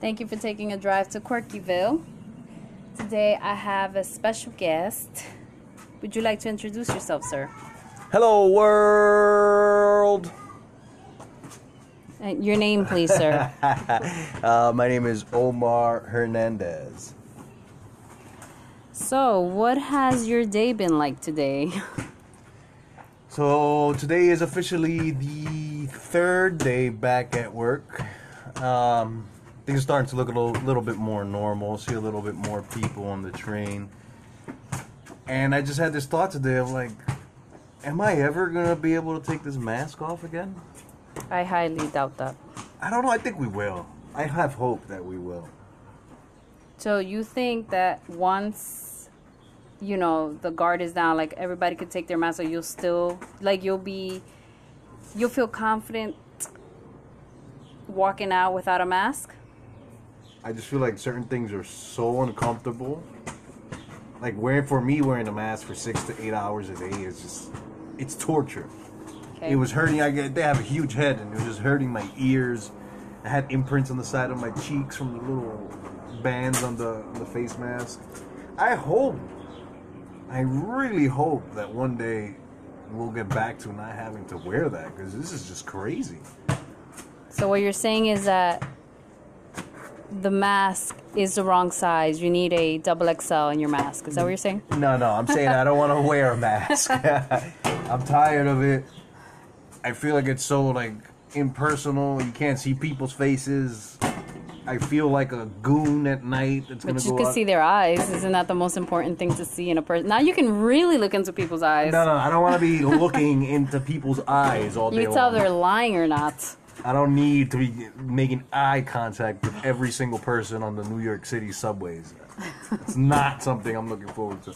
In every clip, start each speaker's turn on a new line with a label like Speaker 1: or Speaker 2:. Speaker 1: Thank you for taking a drive to Quirkyville. Today I have a special guest. Would you like to introduce yourself, sir?
Speaker 2: Hello, world.
Speaker 1: Uh, Your name, please, sir.
Speaker 2: Uh, my name is Omar Hernandez.
Speaker 1: so, what has your day been like today?
Speaker 2: So today is officially the third day back at work. Um, things are starting to look a little, little bit more normal. See a little bit more people on the train, and I just had this thought today of like, am I ever gonna be able to take this mask off again?
Speaker 1: I highly doubt that.
Speaker 2: I don't know. I think we will. I have hope that we will.
Speaker 1: So, you think that once you know the guard is down, like everybody could take their mask, so you'll still like you'll be you'll feel confident walking out without a mask?
Speaker 2: I just feel like certain things are so uncomfortable. Like wearing for me wearing a mask for six to eight hours a day is just it's torture.
Speaker 1: Okay.
Speaker 2: It was hurting. I get they have a huge head and it was just hurting my ears. I had imprints on the side of my cheeks from the little bands on the on the face mask. I hope, I really hope that one day we'll get back to not having to wear that because this is just crazy.
Speaker 1: So what you're saying is that the mask is the wrong size. You need a double XL in your mask. Is that what you're saying?
Speaker 2: No, no, I'm saying I don't want to wear a mask. I'm tired of it. I feel like it's so like impersonal. You can't see people's faces. I feel like a goon at night. That's
Speaker 1: But
Speaker 2: gonna
Speaker 1: you
Speaker 2: go
Speaker 1: can
Speaker 2: out-
Speaker 1: see their eyes. Isn't that the most important thing to see in a person? Now you can really look into people's eyes.
Speaker 2: No, no, I don't want to be looking into people's eyes all
Speaker 1: you
Speaker 2: day
Speaker 1: can tell
Speaker 2: long.
Speaker 1: they're lying or not.
Speaker 2: I don't need to be making eye contact with every single person on the New York City subways. It's not something I'm looking forward to.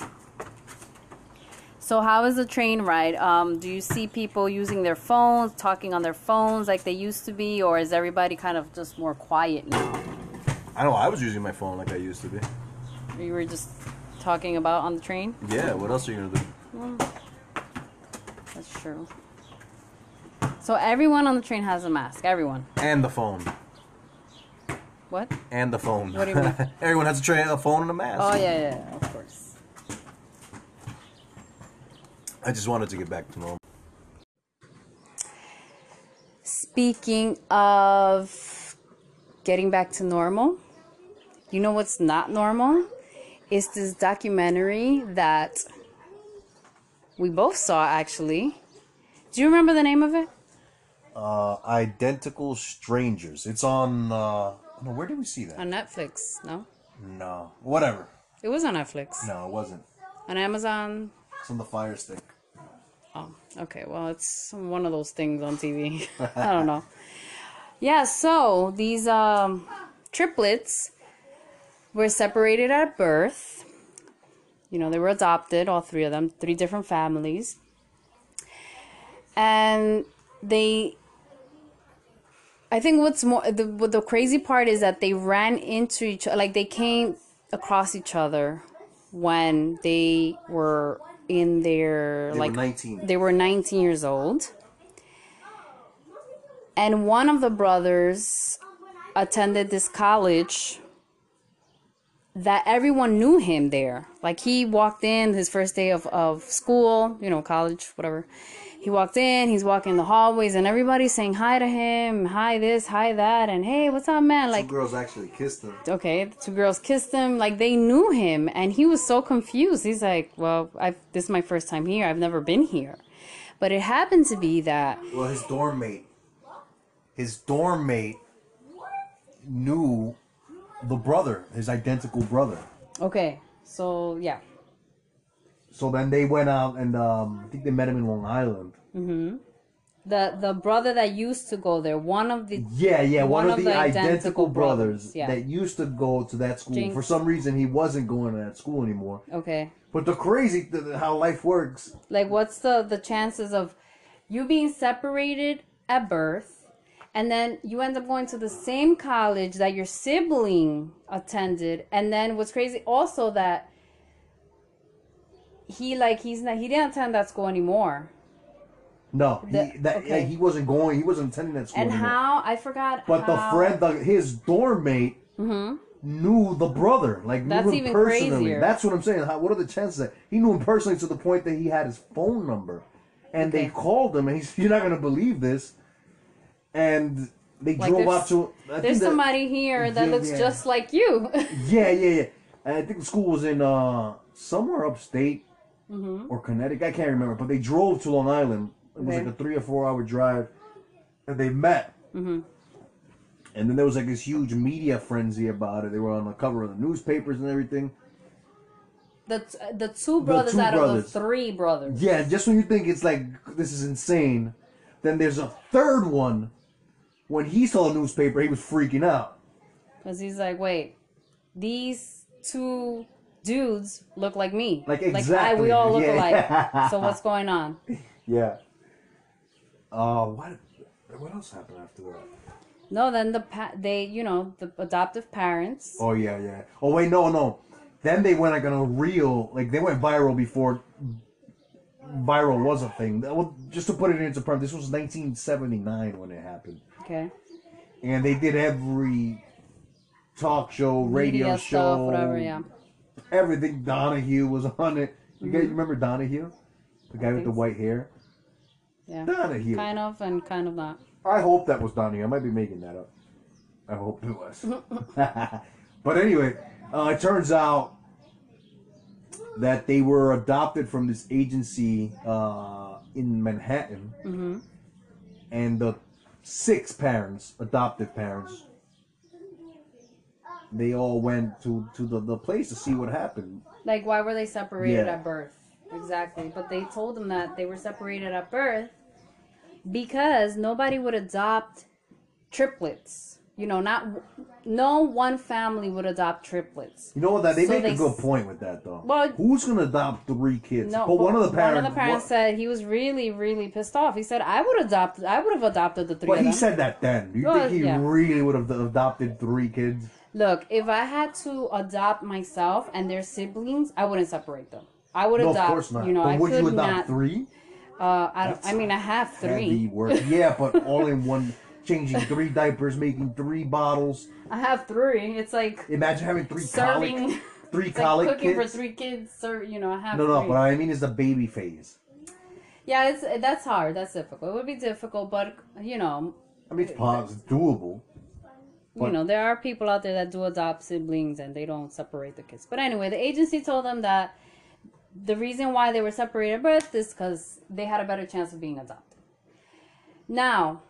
Speaker 1: So how is the train ride? Um, do you see people using their phones, talking on their phones like they used to be, or is everybody kind of just more quiet now?
Speaker 2: I know I was using my phone like I used to be.
Speaker 1: You were just talking about on the train.
Speaker 2: Yeah, what else are you gonna do?
Speaker 1: That's true. So everyone on the train has a mask. Everyone.
Speaker 2: And the phone.
Speaker 1: What?
Speaker 2: and the phone.
Speaker 1: What do you mean?
Speaker 2: Everyone has a, tra- a phone and a mask.
Speaker 1: Oh yeah, yeah, yeah, of course.
Speaker 2: I just wanted to get back to normal.
Speaker 1: Speaking of getting back to normal, you know what's not normal? It's this documentary that we both saw actually. Do you remember the name of it?
Speaker 2: Uh, identical strangers. It's on. Uh, no, where did we see that?
Speaker 1: On Netflix, no?
Speaker 2: No, whatever.
Speaker 1: It was on Netflix.
Speaker 2: No, it wasn't.
Speaker 1: On Amazon.
Speaker 2: It's on the Fire Stick.
Speaker 1: Oh, okay. Well, it's one of those things on TV. I don't know. Yeah, so these um, triplets were separated at birth. You know, they were adopted, all three of them, three different families. And they, I think what's more, the, what the crazy part is that they ran into each other, like they came across each other when they were in their,
Speaker 2: They
Speaker 1: like,
Speaker 2: were 19.
Speaker 1: they were 19 years old. And one of the brothers attended this college that everyone knew him there. Like he walked in his first day of, of school, you know, college, whatever. He walked in, he's walking the hallways, and everybody's saying hi to him, hi this, hi that, and hey, what's up, man? Like,
Speaker 2: girls actually kissed him.
Speaker 1: okay, the two girls kissed him. Like they knew him, and he was so confused. He's like, "Well, I've this is my first time here. I've never been here." But it happened to be that
Speaker 2: Well, his dorm mate. His dorm mate knew the brother, his identical brother.
Speaker 1: okay. So yeah,
Speaker 2: So then they went out and um, I think they met him in Long Island.
Speaker 1: the the brother that used to go there, one of the
Speaker 2: Yeah, yeah,
Speaker 1: One
Speaker 2: one, of,
Speaker 1: of
Speaker 2: the,
Speaker 1: the
Speaker 2: identical,
Speaker 1: identical
Speaker 2: brothers,
Speaker 1: brothers, yeah.
Speaker 2: that used to go to that school.
Speaker 1: Jinx.
Speaker 2: For some reason, he wasn't going to that school anymore.
Speaker 1: okay.
Speaker 2: But the crazy th- th- how life works.
Speaker 1: Like, what's the the chances of you being separated at birth, and then you end up going to the same college that your sibling attended, and then what's crazy also that he like he's not he didn't attend that school anymore.
Speaker 2: No, he,
Speaker 1: The-
Speaker 2: that,
Speaker 1: okay.
Speaker 2: yeah, he wasn't going. He wasn't attending that school
Speaker 1: And
Speaker 2: anymore.
Speaker 1: how I forgot.
Speaker 2: but the
Speaker 1: how-
Speaker 2: friend, the, his dorm mate, knew the brother, like
Speaker 1: That's
Speaker 2: knew him
Speaker 1: even
Speaker 2: personally.
Speaker 1: crazier.
Speaker 2: That's what I'm saying. How, what are the chances that he knew him personally to the point that he had his phone number, and they
Speaker 1: Okay.
Speaker 2: called him, and he's you're not gonna believe this, and they
Speaker 1: Like
Speaker 2: drove
Speaker 1: there's-
Speaker 2: up to. I think
Speaker 1: There's
Speaker 2: that-
Speaker 1: somebody here that
Speaker 2: Yeah,
Speaker 1: looks
Speaker 2: yeah.
Speaker 1: just like you.
Speaker 2: Yeah, yeah, yeah. And I think the school was in uh somewhere upstate
Speaker 1: Mhm.
Speaker 2: or Connecticut. I can't remember, but they drove to Long Island. It was
Speaker 1: Okay.
Speaker 2: like a three or four hour drive, and they met. And then there was like this huge media frenzy about it. They were on the cover of the newspapers and everything.
Speaker 1: the t- the two brothers
Speaker 2: two
Speaker 1: out
Speaker 2: brothers.
Speaker 1: of the three brothers.
Speaker 2: Yeah, just when you think it's like this is insane, then there's a third one. When he saw the newspaper, he was freaking out.
Speaker 1: Because he's like, wait, these two dudes look like me.
Speaker 2: Like,
Speaker 1: I,
Speaker 2: exactly.
Speaker 1: we all look
Speaker 2: Yeah.
Speaker 1: alike. So what's going on?
Speaker 2: Yeah. Uh, what? What else happened after that?
Speaker 1: No, then the pa- they, you know, the adoptive parents.
Speaker 2: Oh yeah, yeah. Oh wait, no, no. Then they went like on a real, like they went viral before viral was a thing. That was- Just to put it into perspective, this was 1979 when it happened,
Speaker 1: Okay.
Speaker 2: and they did every talk show, radio
Speaker 1: Media
Speaker 2: show,
Speaker 1: stuff, whatever. Yeah.
Speaker 2: everything. Donahue was on it. You guys remember Donahue, the guy with
Speaker 1: Mm-hmm.
Speaker 2: the
Speaker 1: think so.
Speaker 2: white hair?
Speaker 1: Yeah.
Speaker 2: Donahue.
Speaker 1: Kind of and kind of not.
Speaker 2: I hope that was Donahue. I might be making that up. I hope it was. but anyway, uh, it turns out that they were adopted from this agency uh, in Manhattan,
Speaker 1: Mm-hmm.
Speaker 2: and the six parents, adoptive parents, they all went to, to the, the place to see what happened.
Speaker 1: Like, why were they separated
Speaker 2: Yeah.
Speaker 1: at birth? Exactly. But they told them that they were separated at birth because nobody would adopt triplets. You know, not no one family would adopt triplets.
Speaker 2: You know what? That they
Speaker 1: So
Speaker 2: make
Speaker 1: they
Speaker 2: a
Speaker 1: s-
Speaker 2: good point with that though.
Speaker 1: Well-
Speaker 2: Who's gonna adopt three kids?
Speaker 1: No,
Speaker 2: but one of the parents.
Speaker 1: One of the parents
Speaker 2: one-
Speaker 1: said he was really, really pissed off. He said, "I would adopt. I would have adopted the three
Speaker 2: But
Speaker 1: of
Speaker 2: he
Speaker 1: them."
Speaker 2: said that then. Do you
Speaker 1: Well,
Speaker 2: think he
Speaker 1: yeah.
Speaker 2: really would have adopted three kids?
Speaker 1: Look, if I had to adopt myself and their siblings, I wouldn't separate them. I would
Speaker 2: No,
Speaker 1: adopt.
Speaker 2: of course not.
Speaker 1: You know,
Speaker 2: but
Speaker 1: I
Speaker 2: would
Speaker 1: could
Speaker 2: you adopt
Speaker 1: not.
Speaker 2: three?
Speaker 1: Uh, I don't. I
Speaker 2: That's
Speaker 1: mean, I have three.
Speaker 2: Heavy work. Yeah, but all in one, changing three diapers, making three bottles.
Speaker 1: I have three. It's like
Speaker 2: Imagine having three
Speaker 1: Serving.
Speaker 2: colic, three
Speaker 1: it's like
Speaker 2: colic
Speaker 1: cooking
Speaker 2: kids.
Speaker 1: for three kids. Or you know, I have
Speaker 2: no, no.
Speaker 1: three.
Speaker 2: What I mean is the baby phase.
Speaker 1: yeah, it's that's hard. That's difficult. It would be difficult, but you know,
Speaker 2: I mean, it's possible, it's doable. But-
Speaker 1: you know, there are people out there that do adopt siblings and they don't separate the kids. But anyway, the agency told them that the reason why they were separated at birth is because they had a better chance of being adopted. Now,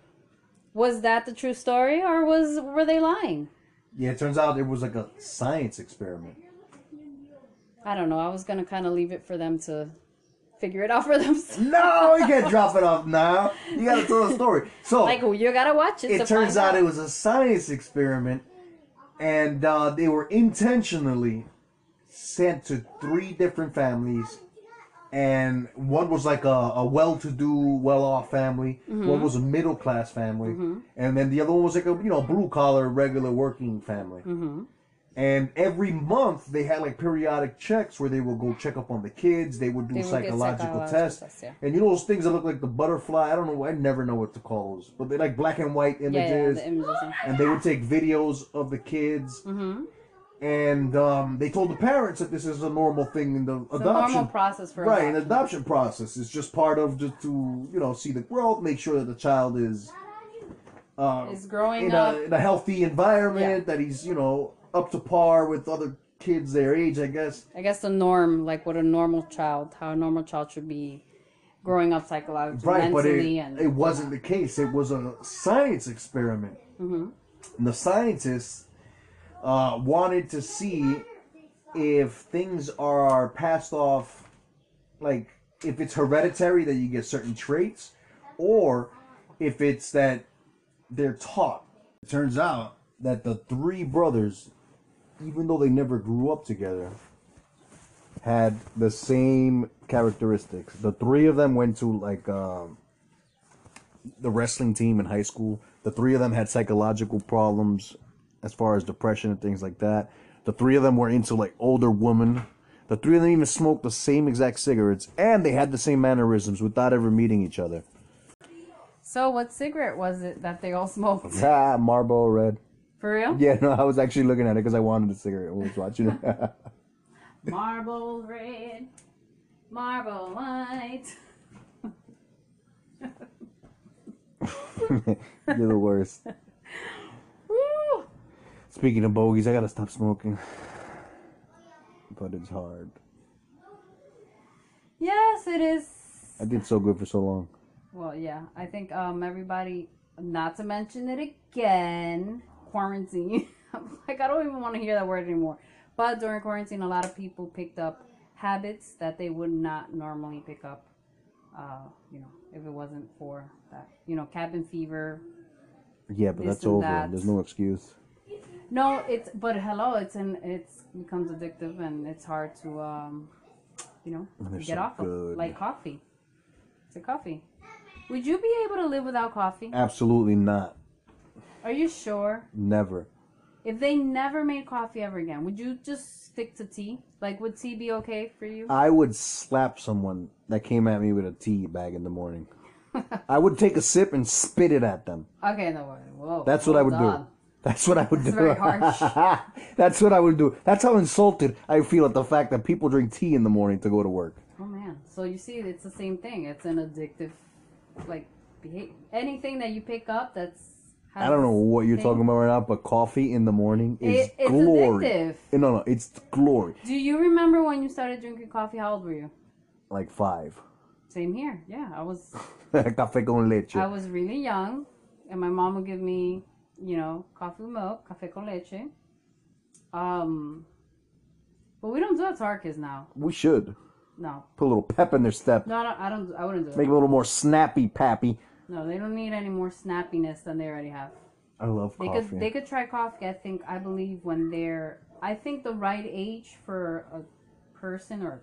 Speaker 1: was that the true story, or was were they lying?
Speaker 2: Yeah, it turns out it was like a science experiment.
Speaker 1: I don't know. I was gonna kind of leave it for them to figure it out for themselves.
Speaker 2: No, you can't drop it off now. You gotta tell the story. So
Speaker 1: Like you gotta watch it. to
Speaker 2: it turns
Speaker 1: find
Speaker 2: out it was a science experiment, and uh, they were intentionally sent to three different families, and one was like a, a well-to-do, well-off family,
Speaker 1: Mm-hmm.
Speaker 2: one was a middle-class family, and then the other one was like a you know blue-collar, regular working family.
Speaker 1: Mm-hmm.
Speaker 2: And every month they had like periodic checks where they would go check up on the kids. They would do
Speaker 1: They would get
Speaker 2: psychological,
Speaker 1: psychological
Speaker 2: tests,
Speaker 1: tests, yeah.
Speaker 2: and you know those things that look like the butterfly. I don't know. I never know what to call those, but they're like black and white
Speaker 1: Yeah,
Speaker 2: images,
Speaker 1: yeah, the images. yeah.
Speaker 2: and they would take videos of the kids.
Speaker 1: Mm-hmm.
Speaker 2: And um, they told the parents that this is a normal thing in the
Speaker 1: It's a normal
Speaker 2: adoption
Speaker 1: process for
Speaker 2: right, an
Speaker 1: adoption.
Speaker 2: adoption process is just part of just to you know see the growth, make sure that the child is uh,
Speaker 1: Is growing
Speaker 2: in
Speaker 1: up.
Speaker 2: a in a healthy environment, that he's you know up to par with other kids their age, I guess.
Speaker 1: I guess the norm, like what a normal child, how a normal child should be growing up psychologically,
Speaker 2: Right, but it,
Speaker 1: mentally, and
Speaker 2: it wasn't the case. It was a science experiment,
Speaker 1: Mm-hmm.
Speaker 2: and the scientists uh, wanted to see if things are passed off, like if it's hereditary that you get certain traits, or if it's that they're taught. It turns out that the three brothers, even though they never grew up together, had the same characteristics. The three of them went to like um, the wrestling team in high school. The three of them had psychological problems as far as depression and things like that. The three of them were into like older women. The three of them even smoked the same exact cigarettes and they had the same mannerisms without ever meeting each other.
Speaker 1: so what cigarette was it that they all smoked?
Speaker 2: Ah, Marlboro Red.
Speaker 1: For real?
Speaker 2: Yeah, no, I was actually looking at it because I wanted a cigarette when I was watching it.
Speaker 1: Marble red, marble white.
Speaker 2: You're the worst.
Speaker 1: Woo!
Speaker 2: Speaking of bogeys, I gotta stop smoking. But it's hard.
Speaker 1: Yes, it is.
Speaker 2: I did so good for so long.
Speaker 1: Well, yeah, I think um everybody, not to mention it again, quarantine. I'm like I don't even want to hear that word anymore. But during quarantine, a lot of people picked up habits that they would not normally pick up. Uh, you know, if it wasn't for that, you know, cabin fever.
Speaker 2: Yeah, but
Speaker 1: This
Speaker 2: that's
Speaker 1: and
Speaker 2: over.
Speaker 1: that.
Speaker 2: There's no excuse.
Speaker 1: No, it's but hello, it's an it's becomes addictive and it's hard to um, you know,
Speaker 2: And they're
Speaker 1: get
Speaker 2: so
Speaker 1: off
Speaker 2: good.
Speaker 1: of like coffee. It's a coffee. Would you be able to live without coffee?
Speaker 2: Absolutely not.
Speaker 1: Are you sure?
Speaker 2: Never.
Speaker 1: If they never made coffee ever again, would you just stick to tea? Like, would tea be okay for you?
Speaker 2: I would slap someone that came at me with a tea bag in the morning. I would take a sip and spit it at them.
Speaker 1: Okay, no worry. Whoa.
Speaker 2: That's what I
Speaker 1: hold
Speaker 2: would
Speaker 1: on.
Speaker 2: do. That's what I would
Speaker 1: That's
Speaker 2: do.
Speaker 1: very harsh.
Speaker 2: That's what I would do. That's how insulted I feel at the fact that people drink tea in the morning to go to work.
Speaker 1: Oh man. So you see, it's the same thing. It's an addictive, like, behavior. Anything that you pick up that's.
Speaker 2: I don't know what you're talking about right now, but coffee in the morning is
Speaker 1: It- it's
Speaker 2: glory. Eh,
Speaker 1: addictive.
Speaker 2: No, no, it's glory.
Speaker 1: Do you remember when you started drinking coffee? How old were you?
Speaker 2: Like five.
Speaker 1: Same here. Yeah, I was.
Speaker 2: Café con leche.
Speaker 1: I was really young, and my mom would give me, you know, coffee with milk, cafe con leche. Um, but we don't do that to our kids now.
Speaker 2: we should
Speaker 1: No,
Speaker 2: put a little pep in their step.
Speaker 1: no, I don't. I, don't, I wouldn't do
Speaker 2: Make
Speaker 1: it.
Speaker 2: it a little more snappy, pappy.
Speaker 1: No, they don't need any more snappiness than they already have.
Speaker 2: I love
Speaker 1: They
Speaker 2: coffee.
Speaker 1: could they could try coffee. I think I believe when they're I think the right age for a person or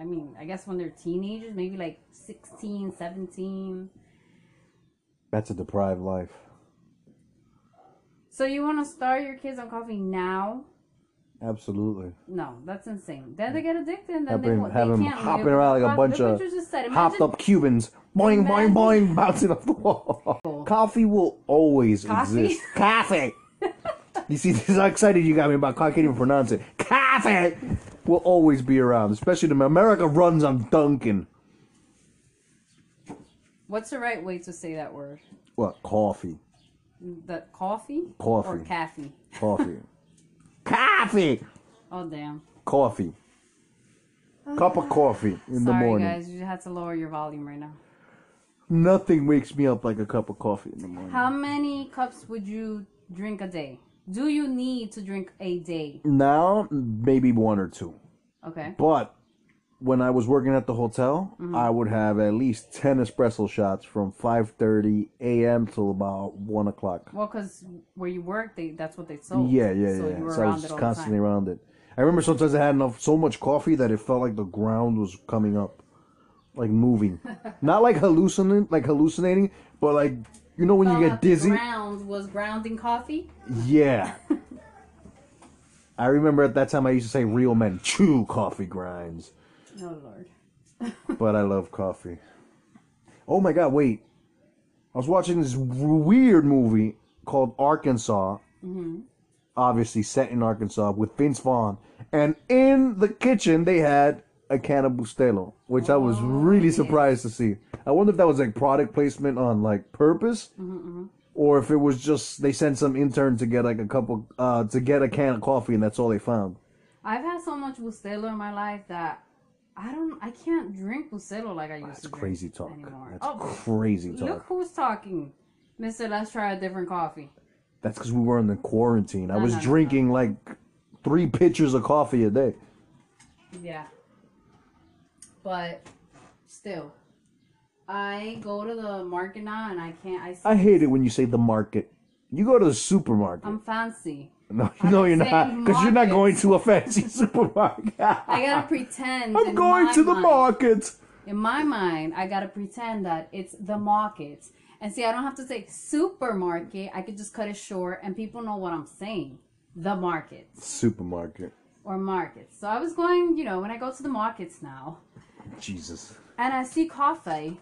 Speaker 1: I mean I guess when they're teenagers maybe like 16, 17.
Speaker 2: That's a deprived life.
Speaker 1: So you want to start your kids on coffee now?
Speaker 2: Absolutely.
Speaker 1: No, that's insane. Then they get addicted and then
Speaker 2: Mm. Have
Speaker 1: they,
Speaker 2: them,
Speaker 1: won't- they
Speaker 2: have them
Speaker 1: can't
Speaker 2: hopping
Speaker 1: live
Speaker 2: around
Speaker 1: with
Speaker 2: like a
Speaker 1: coffee.
Speaker 2: bunch
Speaker 1: Look
Speaker 2: of
Speaker 1: what you just said.
Speaker 2: hopped
Speaker 1: Imagine
Speaker 2: up Cubans. Boing, boing,
Speaker 1: Imagine-
Speaker 2: boing, bouncing off the wall. Coffee will always
Speaker 1: Coffee?
Speaker 2: exist. Coffee! you see, this is how excited you got me about. I can't even pronounce it. Coffee will always be around, especially the America runs on Dunkin'.
Speaker 1: What's the right way to say that word?
Speaker 2: What? Coffee.
Speaker 1: The coffee?
Speaker 2: Coffee.
Speaker 1: Or caffeine?
Speaker 2: Coffee. coffee!
Speaker 1: Oh, damn.
Speaker 2: Coffee. Cup of coffee in the
Speaker 1: Sorry,
Speaker 2: morning.
Speaker 1: guys. You had to lower your volume right now.
Speaker 2: Nothing wakes me up like a cup of coffee in the morning.
Speaker 1: How many cups would you drink a day? Do you need to drink a day?
Speaker 2: Now, maybe one or two.
Speaker 1: Okay.
Speaker 2: But when I was working at the hotel,
Speaker 1: Mm-hmm.
Speaker 2: I would have at least ten espresso shots from five thirty a.m. till about one o'clock.
Speaker 1: Well, because where you work, they that's what they sold.
Speaker 2: Yeah, yeah,
Speaker 1: So
Speaker 2: yeah.
Speaker 1: you were
Speaker 2: So I
Speaker 1: around
Speaker 2: was
Speaker 1: it
Speaker 2: just
Speaker 1: all
Speaker 2: constantly
Speaker 1: the time.
Speaker 2: around it. I remember sometimes I had enough so much coffee that it felt like the ground was coming up, like moving. Not like hallucinating, like hallucinating, but like you know when you
Speaker 1: Thought
Speaker 2: get
Speaker 1: the
Speaker 2: dizzy.
Speaker 1: Ground was grounding coffee.
Speaker 2: Yeah. I remember at that time I used to say real men chew coffee grinds.
Speaker 1: Oh lord.
Speaker 2: But I love coffee. Oh my god, wait. I was watching this weird movie called Arkansas.
Speaker 1: Mm-hmm.
Speaker 2: Obviously set in Arkansas with Vince Vaughn. And in the kitchen they had a can of Bustelo, which I
Speaker 1: Oh.
Speaker 2: was really surprised to see. I wonder if that was like product placement on like purpose.
Speaker 1: Mm-hmm.
Speaker 2: Or if it was just they sent some intern to get like a couple uh to get a can of coffee and that's all they found.
Speaker 1: I've had so much Bustelo in my life that I don't, I can't drink Bustelo like I used
Speaker 2: That's
Speaker 1: to. drink
Speaker 2: crazy talk.
Speaker 1: Anymore.
Speaker 2: That's
Speaker 1: oh,
Speaker 2: crazy talk.
Speaker 1: look who's talking, Mister. Let's try a different coffee.
Speaker 2: That's because we were in the quarantine. I was
Speaker 1: no, no,
Speaker 2: drinking like three pitchers of coffee a day.
Speaker 1: Yeah. But still, I go to the market now and I can't. I see,
Speaker 2: I hate it when you say the market. You go to the supermarket.
Speaker 1: I'm fancy.
Speaker 2: no, no, you're
Speaker 1: Um, saying
Speaker 2: not. Because you're not
Speaker 1: market.
Speaker 2: going to a fancy supermarket.
Speaker 1: I gotta pretend.
Speaker 2: I'm
Speaker 1: in
Speaker 2: going
Speaker 1: my
Speaker 2: to the
Speaker 1: mind-
Speaker 2: market.
Speaker 1: In my mind, I gotta pretend that it's the market. And see, I don't have to say supermarket. I could just cut it short, and people know what I'm saying. The market.
Speaker 2: Supermarket.
Speaker 1: or markets. So I was going, you know, when I go to the markets now
Speaker 2: Jesus.
Speaker 1: and I see coffee,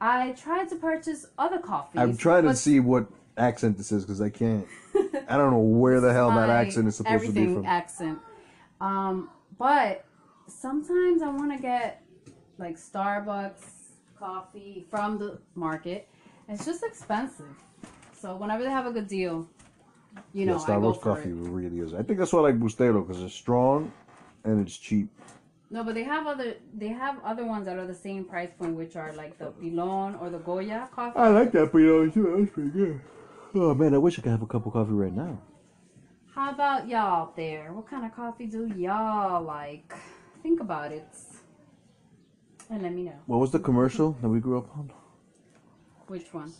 Speaker 1: I try to purchase other coffees.
Speaker 2: I'm trying to
Speaker 1: but
Speaker 2: see what accent this is because I can't. I don't know where the hell that
Speaker 1: my
Speaker 2: accent is supposed to be
Speaker 1: everything uh,
Speaker 2: from.
Speaker 1: accent. Um, but sometimes I want to get like Starbucks coffee from the market. It's just expensive. So whenever they have a good deal, you know,
Speaker 2: yeah,
Speaker 1: I go
Speaker 2: Starbucks
Speaker 1: for
Speaker 2: coffee
Speaker 1: it.
Speaker 2: really is. I think that's why I like Bustelo because it's strong and it's cheap.
Speaker 1: No, but they have other they have other ones that are the same price point, which are like the Pilon or the Goya coffee.
Speaker 2: I like that Pinot too. That's pretty good. Oh man, I wish I could have a cup of coffee right now.
Speaker 1: How about y'all out there? What kind of coffee do y'all like? Think about it and let me know
Speaker 2: What was the commercial that we grew up on?
Speaker 1: which one.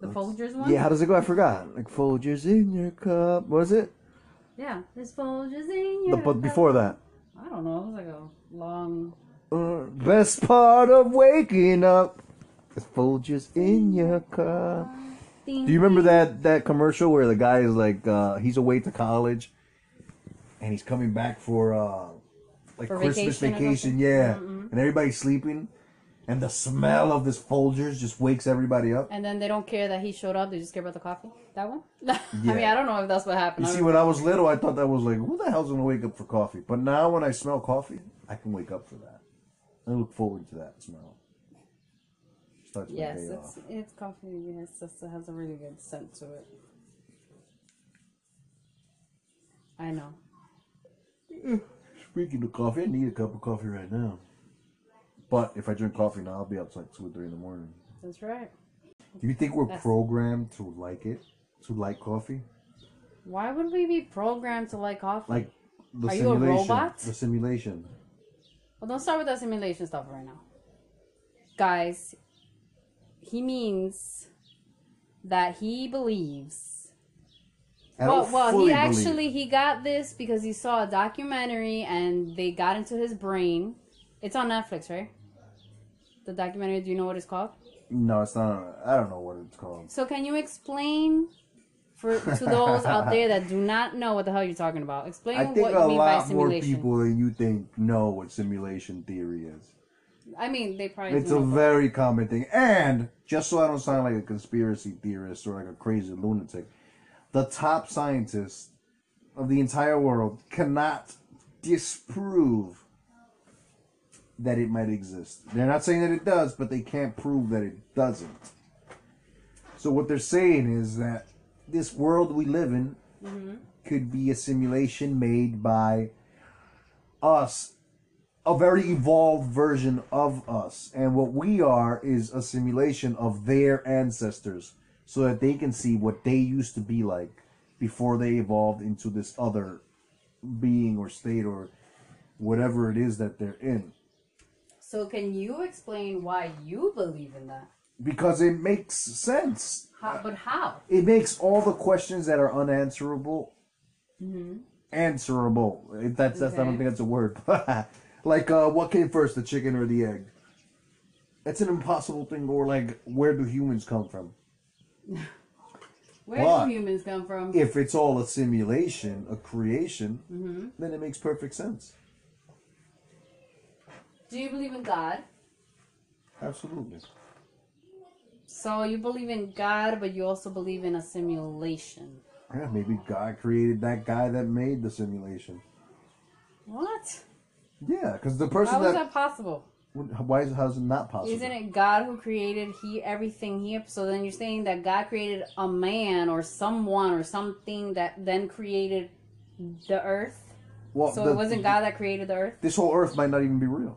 Speaker 1: The Folgers one.
Speaker 2: Yeah, how does it go? I forgot. Like Folgers in your cup. What is it?
Speaker 1: Yeah, there's Folgers in
Speaker 2: The,
Speaker 1: your
Speaker 2: but before that,
Speaker 1: I don't know. It was like a long.
Speaker 2: uh, best part of waking up is Folgers in your cup. Do you remember that that commercial where the guy is like uh, he's away to college and he's coming back for uh, like
Speaker 1: For
Speaker 2: Christmas
Speaker 1: vacation or
Speaker 2: vacation,
Speaker 1: something.
Speaker 2: yeah, and everybody's sleeping and the smell of this Folgers just wakes everybody up.
Speaker 1: And then they don't care that he showed up. They just care about the coffee. That one. I mean,
Speaker 2: Yeah.
Speaker 1: I don't know if that's what happened.
Speaker 2: You
Speaker 1: I
Speaker 2: see,
Speaker 1: don't-
Speaker 2: when I was little, I thought that was like, who the hell's gonna wake up for coffee? But now, when I smell coffee, I can wake up for that. I look forward to that smell. Starts my
Speaker 1: yes,
Speaker 2: day
Speaker 1: it's
Speaker 2: off.
Speaker 1: it's coffee. Yes, it's- it has a really good scent to it. I know.
Speaker 2: Speaking of coffee, I need a cup of coffee right now. But if I drink coffee now, I'll be up till like two or three in the morning.
Speaker 1: That's right.
Speaker 2: Do you think we're
Speaker 1: That's-
Speaker 2: programmed to like it, to like coffee?
Speaker 1: Why would we be programmed to like coffee?
Speaker 2: Like the
Speaker 1: Are you a
Speaker 2: simulation.
Speaker 1: robot?
Speaker 2: The simulation.
Speaker 1: Well, don't start with that simulation stuff right now. Guys, he means that he believes.
Speaker 2: I
Speaker 1: well,
Speaker 2: don't
Speaker 1: well,
Speaker 2: fully
Speaker 1: he
Speaker 2: believe it.
Speaker 1: actually he got this because he saw a documentary and they got into his brain. It's on Netflix, right? The documentary. Do you know what it's called?
Speaker 2: No, it's not. I don't know what it's called.
Speaker 1: So, can you explain for to those out there that do not know what the hell you're talking about? Explain
Speaker 2: I think
Speaker 1: what you
Speaker 2: a
Speaker 1: mean by
Speaker 2: lot more
Speaker 1: simulation.
Speaker 2: people than you think know what simulation theory is.
Speaker 1: I mean, they probably
Speaker 2: It's
Speaker 1: do
Speaker 2: a
Speaker 1: know.
Speaker 2: very common thing. And just so I don't sound like a conspiracy theorist or like a crazy lunatic, the top scientists of the entire world cannot disprove that it might exist. They're not saying that it does, but they can't prove that it doesn't. So what they're saying is that this world we live in could be a simulation made by us a very evolved version of us. And what we are is a simulation of their ancestors so that they can see what they used to be like before they evolved into this other being or state or whatever it is that they're in.
Speaker 1: So, can you explain why you believe in that?
Speaker 2: Because it makes sense.
Speaker 1: How, but how?
Speaker 2: It makes all the questions that are unanswerable answerable. If That's that's I don't
Speaker 1: Mm-hmm. Okay.
Speaker 2: think that's a word. like uh, what came first, the chicken or the egg? That's an impossible thing. Or like, where do humans come from?
Speaker 1: Where
Speaker 2: But-
Speaker 1: do humans come from?
Speaker 2: If it's all a simulation, a creation,
Speaker 1: Mm-hmm.
Speaker 2: then it makes perfect sense.
Speaker 1: Do you believe in God?
Speaker 2: Absolutely.
Speaker 1: So you believe in God, but you also believe in a simulation.
Speaker 2: Yeah, maybe God created that guy that made the simulation.
Speaker 1: What?
Speaker 2: Yeah, because the person
Speaker 1: How is
Speaker 2: that,
Speaker 1: that possible?
Speaker 2: why is how's it not possible?
Speaker 1: Isn't it God who created he everything he? So then you're saying that God created a man or someone or something that then created the earth.
Speaker 2: Well,
Speaker 1: So
Speaker 2: the-
Speaker 1: it wasn't God that created the earth.
Speaker 2: This whole Earth might not even be real.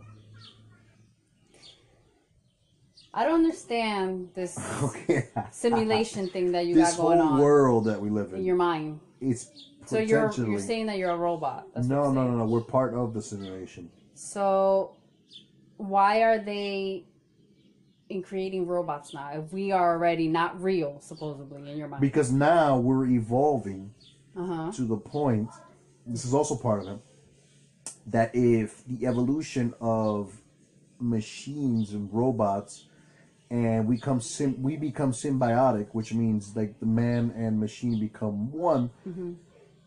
Speaker 1: I don't understand this
Speaker 2: Okay.
Speaker 1: simulation thing that you
Speaker 2: this
Speaker 1: got going
Speaker 2: whole
Speaker 1: on
Speaker 2: world that we live in,
Speaker 1: in your mind.
Speaker 2: it's
Speaker 1: So
Speaker 2: potentially
Speaker 1: you're you're saying that you're a robot. That's what
Speaker 2: No,
Speaker 1: you're
Speaker 2: no,
Speaker 1: saying.
Speaker 2: no, no. We're part of the simulation.
Speaker 1: So, why are they in creating robots now? If we are already not real, supposedly in your mind.
Speaker 2: Because now we're evolving
Speaker 1: Uh huh.
Speaker 2: to the point, this is also part of it, that if the evolution of machines and robots and we come sim- we become symbiotic, which means like the man and machine become one,
Speaker 1: Mm-hmm.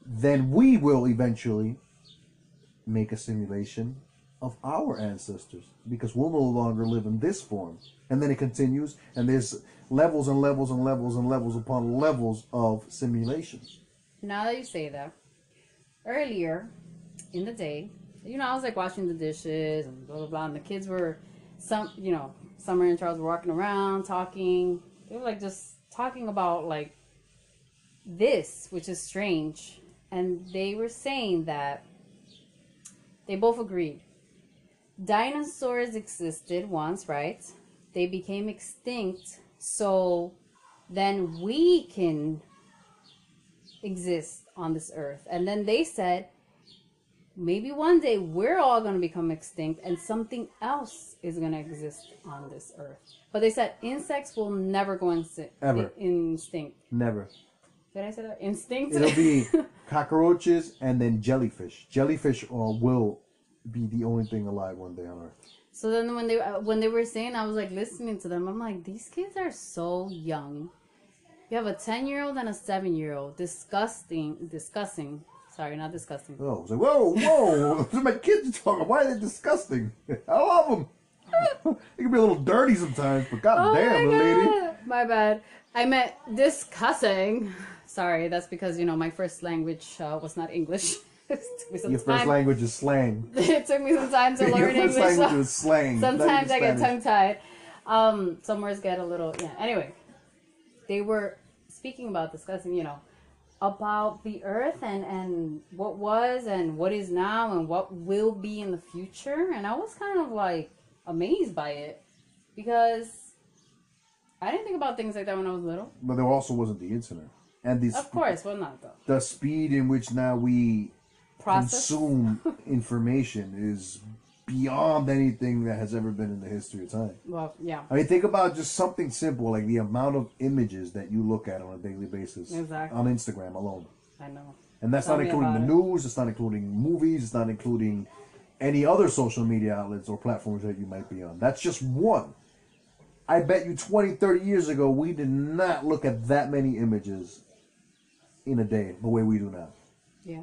Speaker 2: then we will eventually make a simulation of our ancestors because we'll no longer live in this form. And then it continues, and there's levels and levels and levels and levels upon levels of simulation.
Speaker 1: Now that you say that, earlier in the day, you know, I was like washing the dishes and blah blah blah, and the kids were, some you know, Summer and Charles were walking around talking. They were like just talking about like this, which is strange, and they were saying that they both agreed. Dinosaurs existed once, right? They became extinct, so then we can exist on this earth. And then they said, maybe one day we're all going to become extinct and something else is going to exist on this earth. But they said insects will never go insi-
Speaker 2: Ever.
Speaker 1: in- instinct.
Speaker 2: Never.
Speaker 1: Did I say that? Instinct?
Speaker 2: It'll be cockroaches and then jellyfish. Jellyfish uh, will be the only thing alive one day on Earth.
Speaker 1: So then when they uh, when they were saying, I was like listening to them. I'm like, these kids are so young. You have a ten year old and a seven year old. Disgusting, discussing. Sorry, not disgusting.
Speaker 2: Oh, I was like, whoa, whoa! Those are my kids you're talking. Why are they disgusting? I love them. they can be a little dirty sometimes, but
Speaker 1: Oh
Speaker 2: goddamn,
Speaker 1: my
Speaker 2: lady.
Speaker 1: God. My bad. I meant discussing. Sorry, that's because you know my first language uh, was not English. it took me some
Speaker 2: Your first
Speaker 1: time.
Speaker 2: language is slang.
Speaker 1: it took me some time to
Speaker 2: Your
Speaker 1: learn
Speaker 2: first
Speaker 1: English.
Speaker 2: language is slang. not
Speaker 1: Sometimes
Speaker 2: even
Speaker 1: I get
Speaker 2: Spanish.
Speaker 1: tongue tied. Um, some words get a little yeah. Anyway, they were speaking about discussing, you know, about the earth and and what was and what is now and what will be in the future. And I was kind of like amazed by it because I didn't think about things like that when I was little.
Speaker 2: But there also wasn't the internet. And these,
Speaker 1: Of course, well not though.
Speaker 2: the speed in which now we
Speaker 1: Process.
Speaker 2: consume information is beyond anything that has ever been in the history of time.
Speaker 1: Well, yeah,
Speaker 2: I mean, think about just something simple like the amount of images that you look at on a daily basis
Speaker 1: Exactly.
Speaker 2: on Instagram alone.
Speaker 1: I know.
Speaker 2: And that's
Speaker 1: Tell
Speaker 2: not
Speaker 1: me
Speaker 2: including the
Speaker 1: about it.
Speaker 2: news, it's not including movies, it's not including any other social media outlets or platforms that you might be on. That's just one. I bet you 20, 30 years ago, we did not look at that many images in a day the way we do now.
Speaker 1: Yeah.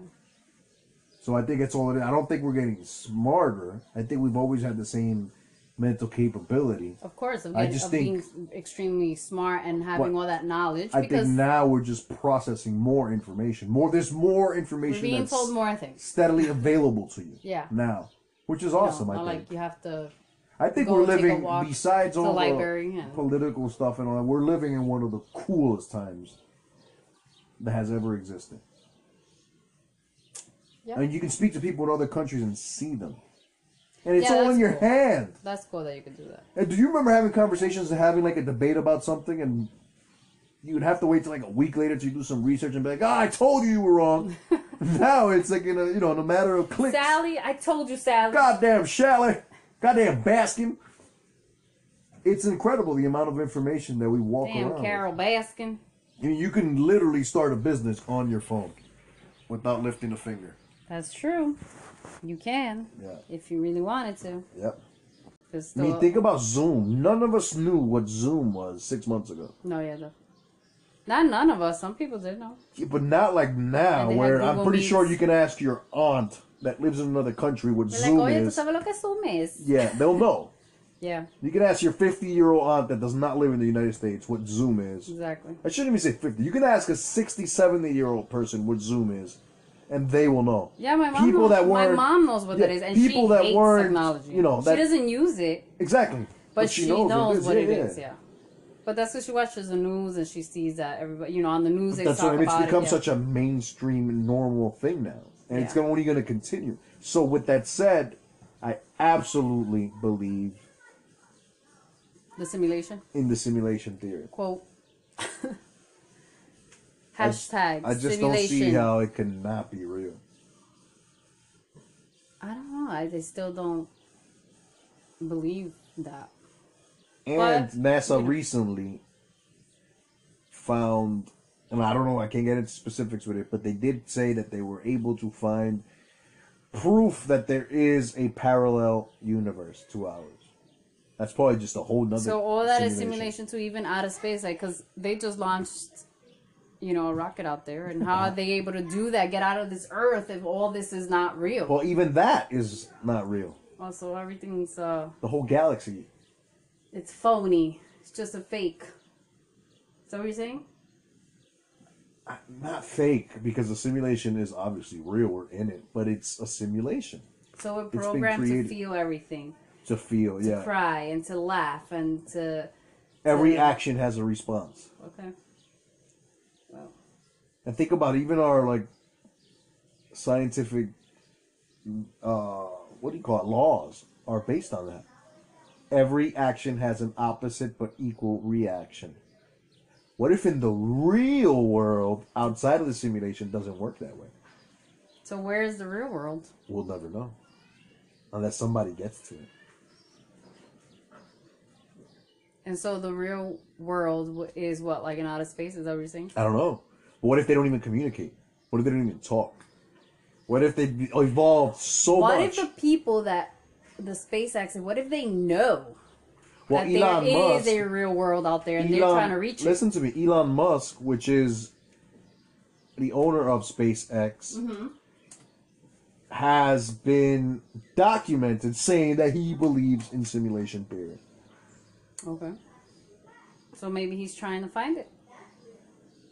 Speaker 2: So I think it's all it is. I don't think we're getting smarter. I think we've always had the same mental capability.
Speaker 1: Of course, of,
Speaker 2: I
Speaker 1: getting,
Speaker 2: just
Speaker 1: of
Speaker 2: think-
Speaker 1: being extremely smart and having
Speaker 2: What-
Speaker 1: all that knowledge
Speaker 2: I
Speaker 1: because
Speaker 2: think now we're just processing more information. More there's more
Speaker 1: we're
Speaker 2: information
Speaker 1: being
Speaker 2: that's
Speaker 1: told more things.
Speaker 2: steadily available to you.
Speaker 1: Yeah.
Speaker 2: Now, which is
Speaker 1: No,
Speaker 2: awesome. I
Speaker 1: not
Speaker 2: think.
Speaker 1: like you have to.
Speaker 2: I think
Speaker 1: go
Speaker 2: we're
Speaker 1: take a
Speaker 2: living
Speaker 1: walk
Speaker 2: besides
Speaker 1: to the
Speaker 2: all the
Speaker 1: library and-
Speaker 2: political stuff and all that. We're living in one of the coolest times that has ever existed.
Speaker 1: Yeah.
Speaker 2: And you can speak to people in other countries and see them, and it's
Speaker 1: Yeah,
Speaker 2: all
Speaker 1: that's
Speaker 2: in your
Speaker 1: cool.
Speaker 2: hand.
Speaker 1: That's cool that you could do that.
Speaker 2: And do you remember having conversations and having like a debate about something and you'd have to wait till like a week later to do some research and be like, ah, I told you you were wrong. now it's like in a you know in a matter of clicks.
Speaker 1: Sally, I told you, Sally.
Speaker 2: Goddamn Shalley. Goddamn Baskin. It's incredible the amount of information that we walk
Speaker 1: Damn,
Speaker 2: around.
Speaker 1: Carol Baskin.
Speaker 2: with. I mean, you can literally start a business on your phone without lifting a finger.
Speaker 1: That's true. You can.
Speaker 2: Yeah.
Speaker 1: If you really wanted to.
Speaker 2: Yep.
Speaker 1: There's
Speaker 2: I mean,
Speaker 1: still-
Speaker 2: think about Zoom. None of us knew what Zoom was six months ago.
Speaker 1: no, yeah, though. Not none of us. Some people did know.
Speaker 2: Yeah, but not like now,
Speaker 1: And they have
Speaker 2: where I'm
Speaker 1: Google
Speaker 2: pretty
Speaker 1: Meets.
Speaker 2: sure you can ask your aunt that lives in another country what
Speaker 1: They're
Speaker 2: Zoom
Speaker 1: like, "Oh, oye, tú
Speaker 2: is.
Speaker 1: sabes lo que Zoom es?
Speaker 2: Yeah, they'll know.
Speaker 1: Yeah,
Speaker 2: You can ask your 50 year old aunt that does not live in the United States what Zoom is.
Speaker 1: exactly.
Speaker 2: I shouldn't even say 50. You can ask a 60, 70 year old person what Zoom is, and they will know.
Speaker 1: Yeah, my mom. knows, my mom knows what
Speaker 2: yeah,
Speaker 1: that is, and she
Speaker 2: people that
Speaker 1: hates
Speaker 2: weren't,
Speaker 1: technology.
Speaker 2: you know, that-
Speaker 1: she doesn't use it,
Speaker 2: Exactly.
Speaker 1: but, she, knows, what it is.
Speaker 2: yeah,
Speaker 1: yeah, But that's because she watches the news and she sees that everybody, you know, on the news they
Speaker 2: That's
Speaker 1: talk
Speaker 2: what I mean. It's
Speaker 1: about
Speaker 2: become
Speaker 1: it. yeah.
Speaker 2: such a mainstream, normal thing now, and it's
Speaker 1: Yeah.
Speaker 2: gonna, only going to continue. So, with that said, I absolutely believe
Speaker 1: the simulation
Speaker 2: in the simulation theory.
Speaker 1: quote.
Speaker 2: I-
Speaker 1: Hashtag
Speaker 2: I just don't
Speaker 1: simulation.
Speaker 2: see how it cannot be real.
Speaker 1: I don't know. I, I still don't believe that.
Speaker 2: And
Speaker 1: But-
Speaker 2: NASA recently found, and I don't know, I can't get into specifics with it, but they did say that they were able to find proof that there is a parallel universe to ours. That's probably just a whole nother.
Speaker 1: So all that is simulation too, even out of space, like because they just launched, you know, a rocket out there, and how are
Speaker 2: Uh-huh.
Speaker 1: they able to do that? Get out of this Earth if all this is not real?
Speaker 2: Well, even that is not real.
Speaker 1: Also, everything's uh,
Speaker 2: The whole galaxy.
Speaker 1: it's phony. It's just a fake. Is that what you're saying?
Speaker 2: Not fake, because the simulation is obviously real. We're in it, but it's a simulation
Speaker 1: So we're
Speaker 2: been
Speaker 1: programmed to
Speaker 2: created.
Speaker 1: feel everything,
Speaker 2: to feel.
Speaker 1: to
Speaker 2: yeah.
Speaker 1: cry and to laugh and to
Speaker 2: Every
Speaker 1: Yeah.
Speaker 2: action has a response.
Speaker 1: okay. Well,
Speaker 2: And think about it, even our like scientific uh what do you call it? Laws are based on that. Every action has an opposite but equal reaction. What if in the real world, outside of the simulation, it doesn't work that way?
Speaker 1: so where is the real world?
Speaker 2: We'll never know. Unless somebody gets to it.
Speaker 1: And so the real world w- is what like in outer space. Is that what you're saying?
Speaker 2: I don't know. But what if they don't even communicate? What if they don't even talk? What if they be- evolved so
Speaker 1: what
Speaker 2: much?
Speaker 1: if the people that the space accident? What if they know
Speaker 2: well,
Speaker 1: that there is a real world out there and they're
Speaker 2: Elon-
Speaker 1: trying to reach it?
Speaker 2: Listen to me, Elon Musk, which is the owner of SpaceX,
Speaker 1: Mm-hmm.
Speaker 2: has been documented saying that he believes in simulation theory.
Speaker 1: Okay. So maybe he's trying to find it.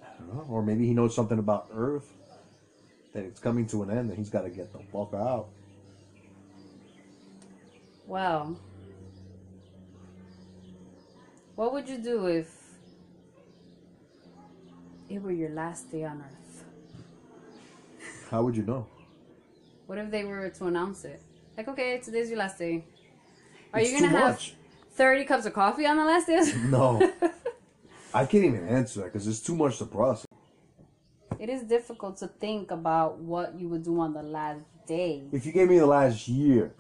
Speaker 2: I don't know, or maybe he knows something about Earth that it's coming to an end and he's got to get the fuck out.
Speaker 1: Wow. What would you do if it were your last day on Earth?
Speaker 2: How would you know?
Speaker 1: What if they were to announce it? Like, okay, today's your last day. Are
Speaker 2: It's
Speaker 1: you gonna
Speaker 2: too
Speaker 1: have
Speaker 2: much.
Speaker 1: thirty cups of coffee on the last day?
Speaker 2: No. I can't even answer that because it's too much to process.
Speaker 1: it is difficult to think about what you would do on the last day.
Speaker 2: If you gave me the last year,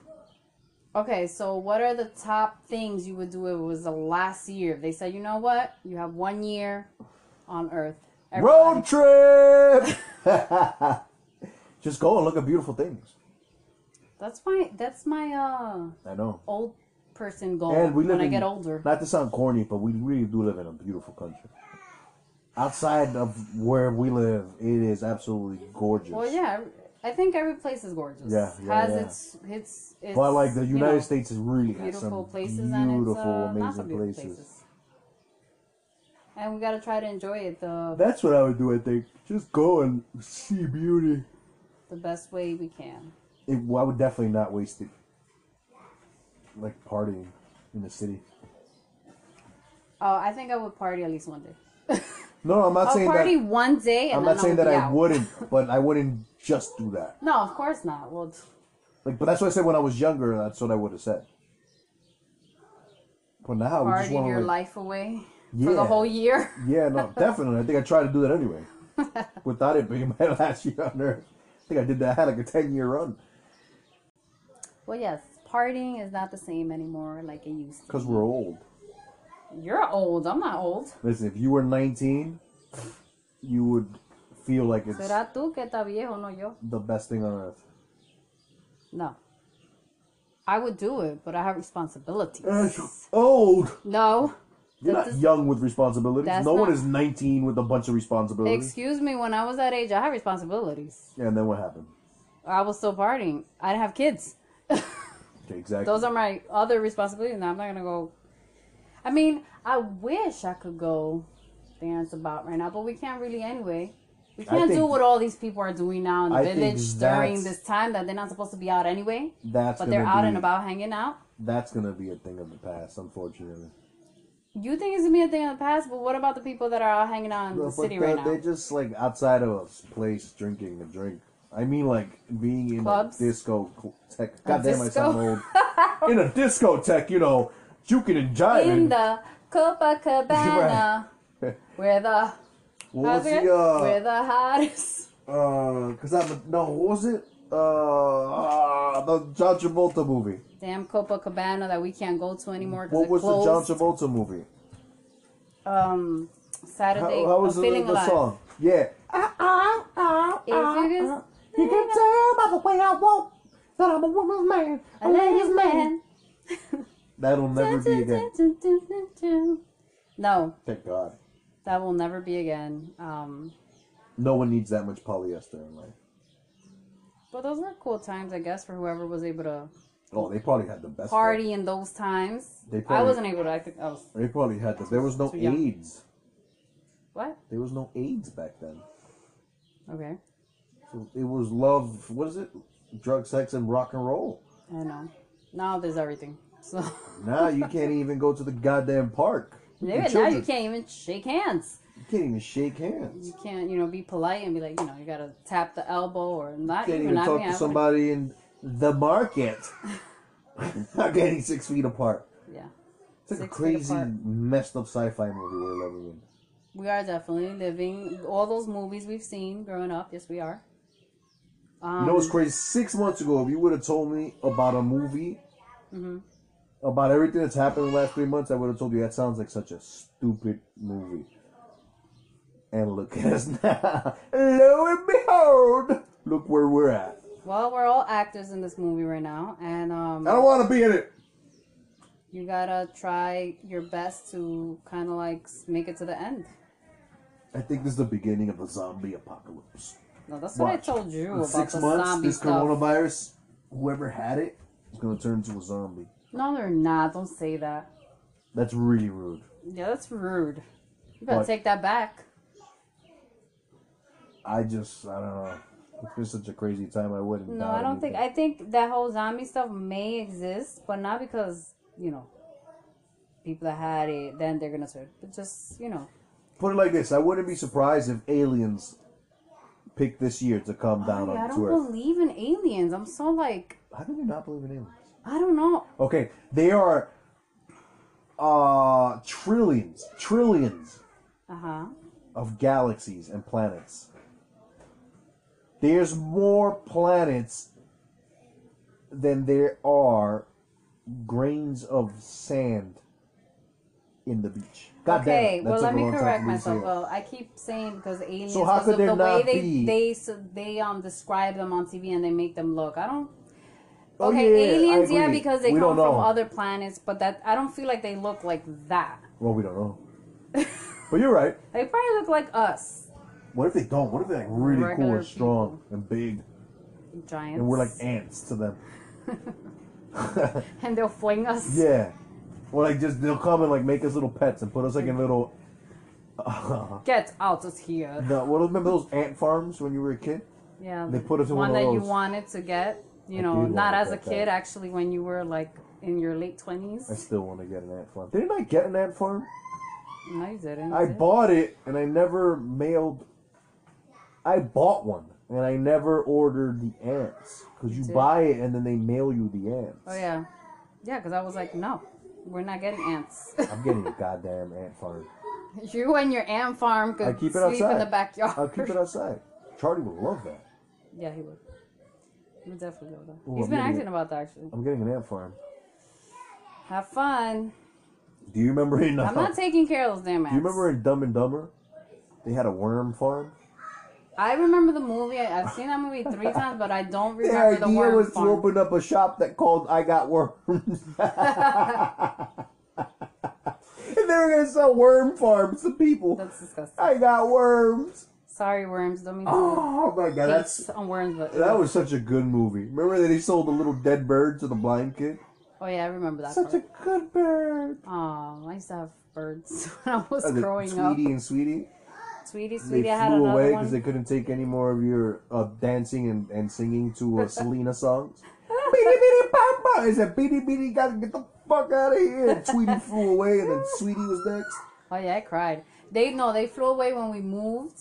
Speaker 1: Okay, so what are the top things you would do if it was the last year? If They said, you know what? You have one year on Earth. Everybody-
Speaker 2: Road trip. Just go and look at beautiful things.
Speaker 1: That's my that's my uh
Speaker 2: I know.
Speaker 1: old person goal
Speaker 2: And we live
Speaker 1: when I
Speaker 2: in-
Speaker 1: get older.
Speaker 2: Not to sound corny, but we really do live in a beautiful country. Outside of where we live, it is absolutely gorgeous.
Speaker 1: Well, yeah, I think every place is gorgeous.
Speaker 2: Yeah, yeah,
Speaker 1: has
Speaker 2: yeah.
Speaker 1: its its its.
Speaker 2: But like the
Speaker 1: you know,
Speaker 2: United States is really has
Speaker 1: beautiful
Speaker 2: some
Speaker 1: places and it's
Speaker 2: beautiful,
Speaker 1: uh,
Speaker 2: amazing
Speaker 1: not so beautiful
Speaker 2: places.
Speaker 1: places. And we gotta try to enjoy it the
Speaker 2: That's what I would do. I think just go and see beauty.
Speaker 1: the best way we can.
Speaker 2: It, well, I would definitely not waste it, like partying in the city.
Speaker 1: Oh, I think I would party at least one day.
Speaker 2: No, I'm not
Speaker 1: I'll
Speaker 2: saying
Speaker 1: party
Speaker 2: that.
Speaker 1: one day. And
Speaker 2: I'm
Speaker 1: then
Speaker 2: not saying
Speaker 1: I'll
Speaker 2: that
Speaker 1: be
Speaker 2: I
Speaker 1: out.
Speaker 2: wouldn't, but I wouldn't just do that.
Speaker 1: No, of course not. Well, t-
Speaker 2: Like, but that's what I said when I was younger. That's what I would have said. But now, we just
Speaker 1: party
Speaker 2: want
Speaker 1: your
Speaker 2: to. Like,
Speaker 1: life away for the
Speaker 2: Yeah.
Speaker 1: whole year.
Speaker 2: yeah, no, definitely. I think I tried to do that anyway, without it being my last year on Earth. I think I did that. I had like a ten-year run
Speaker 1: Well, yes, partying is not the same anymore like it used to.
Speaker 2: because we're old.
Speaker 1: You're old. I'm not old.
Speaker 2: Listen, if you were 19, you would feel like it's
Speaker 1: Será tú que está viejo, no yo.
Speaker 2: the best thing on Earth.
Speaker 1: No. I would do it, but I have responsibilities.
Speaker 2: Ash, old.
Speaker 1: No.
Speaker 2: You're
Speaker 1: That
Speaker 2: not
Speaker 1: does-
Speaker 2: young with responsibilities.
Speaker 1: That's
Speaker 2: No one
Speaker 1: not-
Speaker 2: is 19 with a bunch of responsibilities.
Speaker 1: Excuse me, when I was that age, I had responsibilities.
Speaker 2: and then what happened?
Speaker 1: I was still partying. I didn't have kids.
Speaker 2: Okay, exactly.
Speaker 1: Those are my other responsibilities. Now I'm not gonna go. I mean, I wish I could go dance about right now, but we can't really anyway. We can't do
Speaker 2: think-
Speaker 1: what all these people are doing now in the
Speaker 2: I think
Speaker 1: village during
Speaker 2: that's-
Speaker 1: this time that they're not supposed to be out anyway,
Speaker 2: that's
Speaker 1: but they're
Speaker 2: gonna
Speaker 1: out
Speaker 2: be-
Speaker 1: and about hanging out.
Speaker 2: That's gonna be a thing of the past, unfortunately.
Speaker 1: You think it's gonna be a thing in the past, but what about the people that are out hanging out in the city right now?
Speaker 2: They're just like outside of a place drinking a drink. I mean, like being in
Speaker 1: Clubs?
Speaker 2: a disco tech. Goddamn, I sound
Speaker 1: disco?
Speaker 2: old. in a discotheque, you know, juking and jiving.
Speaker 1: in the Copacabana,
Speaker 2: Right.
Speaker 1: where the
Speaker 2: what was
Speaker 1: how's it?
Speaker 2: the
Speaker 1: where
Speaker 2: uh,
Speaker 1: the hottest.
Speaker 2: uh, cause I'm no, what was it? Uh, uh, the John Travolta movie.
Speaker 1: Damn Copacabana that we can't go to anymore because
Speaker 2: What
Speaker 1: it
Speaker 2: was
Speaker 1: closed.
Speaker 2: the John Travolta movie?
Speaker 1: um
Speaker 2: How,
Speaker 1: Saturday.
Speaker 2: how
Speaker 1: I'm
Speaker 2: was the,
Speaker 1: feeling
Speaker 2: the
Speaker 1: alive.
Speaker 2: song? Yeah. Ah,
Speaker 1: If you just
Speaker 2: You can tell by the way I walk that I'm a woman's man,
Speaker 1: a ladies man.
Speaker 2: That'll never be again.
Speaker 1: No,
Speaker 2: Thank God.
Speaker 1: that will never be again. Um,
Speaker 2: No one needs that much polyester in life.
Speaker 1: but those were cool times, I guess, for whoever was able to
Speaker 2: Oh, they probably had the best
Speaker 1: party in those times.
Speaker 2: They
Speaker 1: I
Speaker 2: probably-
Speaker 1: wasn't able to. I think I was
Speaker 2: Food. They probably had the. There was no
Speaker 1: Too young.
Speaker 2: AIDS.
Speaker 1: what?
Speaker 2: There was no AIDS back then.
Speaker 1: Okay,
Speaker 2: It was love. What is it? Drug, sex, and rock and roll.
Speaker 1: I know. Now there's everything. So
Speaker 2: Now you can't even go to the goddamn park. with the
Speaker 1: yeah, now
Speaker 2: children.
Speaker 1: you can't even shake hands.
Speaker 2: You can't even shake hands.
Speaker 1: You can't, you know, be polite and be like, you know, you gotta tap the elbow or not.
Speaker 2: can't
Speaker 1: even,
Speaker 2: even
Speaker 1: not
Speaker 2: talk
Speaker 1: even
Speaker 2: to
Speaker 1: have-
Speaker 2: somebody in the market. Not getting six feet apart.
Speaker 1: Yeah,
Speaker 2: It's like a
Speaker 1: Six feet
Speaker 2: crazy,
Speaker 1: apart.
Speaker 2: messed up sci-fi movie we're living in.
Speaker 1: we are definitely living all those movies we've seen growing up. Yes, we are.
Speaker 2: you
Speaker 1: Um,
Speaker 2: know what's crazy? Six months ago, if you would have told me about a movie,
Speaker 1: mm-hmm.
Speaker 2: about everything that's happened in the last three months, I would have told you that sounds like such a stupid movie. And look at us now. Lo and behold, look where we're at.
Speaker 1: Well, we're all actors in this movie right now, and um,
Speaker 2: I don't want to be in it.
Speaker 1: you gotta try your best to kind of like s- make it to the end.
Speaker 2: I think this is the beginning of the zombie apocalypse.
Speaker 1: No, that's what I
Speaker 2: Watch.
Speaker 1: told you
Speaker 2: In
Speaker 1: about
Speaker 2: six
Speaker 1: the
Speaker 2: months,
Speaker 1: zombie
Speaker 2: this
Speaker 1: stuff.
Speaker 2: coronavirus, whoever had it, is going to turn into a zombie.
Speaker 1: No, they're not. Don't say that.
Speaker 2: That's really rude.
Speaker 1: Yeah, that's rude. You better
Speaker 2: What?
Speaker 1: take that back.
Speaker 2: I just, I don't know. It's been such a crazy time. I wouldn't.
Speaker 1: No,
Speaker 2: doubt
Speaker 1: I don't
Speaker 2: anything.
Speaker 1: think. I think that whole zombie stuff may exist, but not because you know people that had it. Then they're gonna turn. But just you know,
Speaker 2: Put it like this: I wouldn't be surprised if aliens picked this year to come down
Speaker 1: Oh, I
Speaker 2: on
Speaker 1: don't
Speaker 2: to Earth.
Speaker 1: believe in aliens. I'm so like,
Speaker 2: How do you not believe in aliens?
Speaker 1: I don't know.
Speaker 2: Okay, they are uh trillions, trillions
Speaker 1: Uh huh.
Speaker 2: of galaxies and planets. There's more planets than there are grains of sand in the beach. God damn it,
Speaker 1: Okay,
Speaker 2: that
Speaker 1: well,
Speaker 2: took
Speaker 1: let
Speaker 2: a
Speaker 1: me
Speaker 2: long time
Speaker 1: correct
Speaker 2: for me to say
Speaker 1: myself.
Speaker 2: that.
Speaker 1: Well, I keep saying because aliens,
Speaker 2: So how
Speaker 1: because
Speaker 2: could
Speaker 1: of
Speaker 2: there
Speaker 1: the way
Speaker 2: not
Speaker 1: they
Speaker 2: be-
Speaker 1: they so they um describe them on TV and they make them look. I don't.
Speaker 2: Oh,
Speaker 1: okay,
Speaker 2: yeah, yeah, yeah, I
Speaker 1: aliens, yeah,
Speaker 2: agree.
Speaker 1: because they
Speaker 2: We
Speaker 1: come
Speaker 2: don't
Speaker 1: from
Speaker 2: know.
Speaker 1: other planets, but that I don't feel like they look like that.
Speaker 2: Well, we don't know. but you're right.
Speaker 1: They probably look like us,
Speaker 2: What if they don't? What if they're like really cool
Speaker 1: Regular
Speaker 2: and strong and big,
Speaker 1: giants,
Speaker 2: and we're like ants to them?
Speaker 1: and they'll fling us.
Speaker 2: Yeah. Or like just they'll come and like make us little pets and put us like in little.
Speaker 1: Get out of here.
Speaker 2: No, what remember those ant farms when you were a kid?
Speaker 1: Yeah,
Speaker 2: They
Speaker 1: the
Speaker 2: put us in one
Speaker 1: that
Speaker 2: of
Speaker 1: you
Speaker 2: those.
Speaker 1: wanted to get. You
Speaker 2: I
Speaker 1: know,
Speaker 2: did
Speaker 1: not
Speaker 2: wanna
Speaker 1: as a
Speaker 2: get that.
Speaker 1: kid, actually, when you were like in your late
Speaker 2: I
Speaker 1: twenties.
Speaker 2: still want to get an ant farm. Didn't I get an ant farm?
Speaker 1: No, you didn't.
Speaker 2: I
Speaker 1: did you?
Speaker 2: bought it and I never mailed. I bought one and I never ordered the ants because you
Speaker 1: did.
Speaker 2: buy it and then they mail you the ants.
Speaker 1: Oh yeah, yeah. Because I was like, no, we're not getting ants.
Speaker 2: I'm getting a goddamn ant farm.
Speaker 1: you and your ant farm could
Speaker 2: I keep it
Speaker 1: sleep
Speaker 2: outside.
Speaker 1: in the backyard.
Speaker 2: I'll keep it outside. Charlie would love that.
Speaker 1: yeah, he would. He would definitely go there.
Speaker 2: Ooh,
Speaker 1: He's
Speaker 2: I'm
Speaker 1: been
Speaker 2: getting
Speaker 1: acting
Speaker 2: it.
Speaker 1: about that actually.
Speaker 2: I'm getting an ant farm.
Speaker 1: Have fun.
Speaker 2: Do you remember in? Uh,
Speaker 1: I'm not taking care of those damn ants.
Speaker 2: do you remember in Dumb and Dumber? They had a worm farm.
Speaker 1: I remember the movie. I- I've seen that movie three times, but I don't
Speaker 2: The
Speaker 1: remember the
Speaker 2: idea
Speaker 1: worm
Speaker 2: was
Speaker 1: farm.
Speaker 2: to open up a shop that called "I Got Worms," and they were gonna sell worm farms to people.
Speaker 1: That's disgusting.
Speaker 2: I got worms.
Speaker 1: Sorry, worms. Don't mean to
Speaker 2: Oh my god, that's
Speaker 1: hate on worms, but
Speaker 2: that was such a good movie. Remember that he sold the little dead bird to the blind kid?
Speaker 1: oh yeah, I remember that.
Speaker 2: Such a
Speaker 1: part.
Speaker 2: good bird.
Speaker 1: Um, I used to have birds when I was
Speaker 2: Uh, the
Speaker 1: growing
Speaker 2: Tweety
Speaker 1: up.
Speaker 2: and Sweetie.
Speaker 1: Sweetie,
Speaker 2: They
Speaker 1: sweetie, I had
Speaker 2: flew away
Speaker 1: another
Speaker 2: because
Speaker 1: one.
Speaker 2: they couldn't take any more of your uh, dancing and, and singing to uh, Selena songs. Beady beady pop pop. I said, beady beady, gotta get the fuck out of here. And Tweety flew away, and then Sweetie was next.
Speaker 1: Oh yeah, I cried. They no, they flew away when we moved.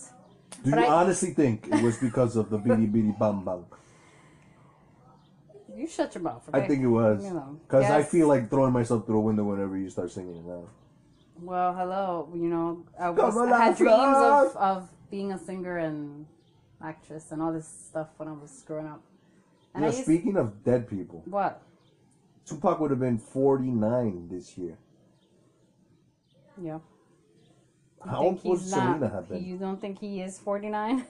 Speaker 2: Do
Speaker 1: But
Speaker 2: you
Speaker 1: I-
Speaker 2: honestly think it was because of the beady beady bum bum?
Speaker 1: You shut your mouth.
Speaker 2: I
Speaker 1: okay?
Speaker 2: think it was.
Speaker 1: You know,
Speaker 2: Because I
Speaker 1: yes.
Speaker 2: feel like throwing myself through a window whenever you start singing it now.
Speaker 1: Well, hello. You know, I, was,
Speaker 2: on,
Speaker 1: I had dreams
Speaker 2: Fleur.
Speaker 1: of, of being a singer and actress and all this stuff when I was growing up. And
Speaker 2: Yeah,
Speaker 1: I used,
Speaker 2: speaking of dead people,
Speaker 1: what?
Speaker 2: Tupac would have been 49 this year.
Speaker 1: Yeah.
Speaker 2: How old would Selena have been?
Speaker 1: You don't think he is forty nine?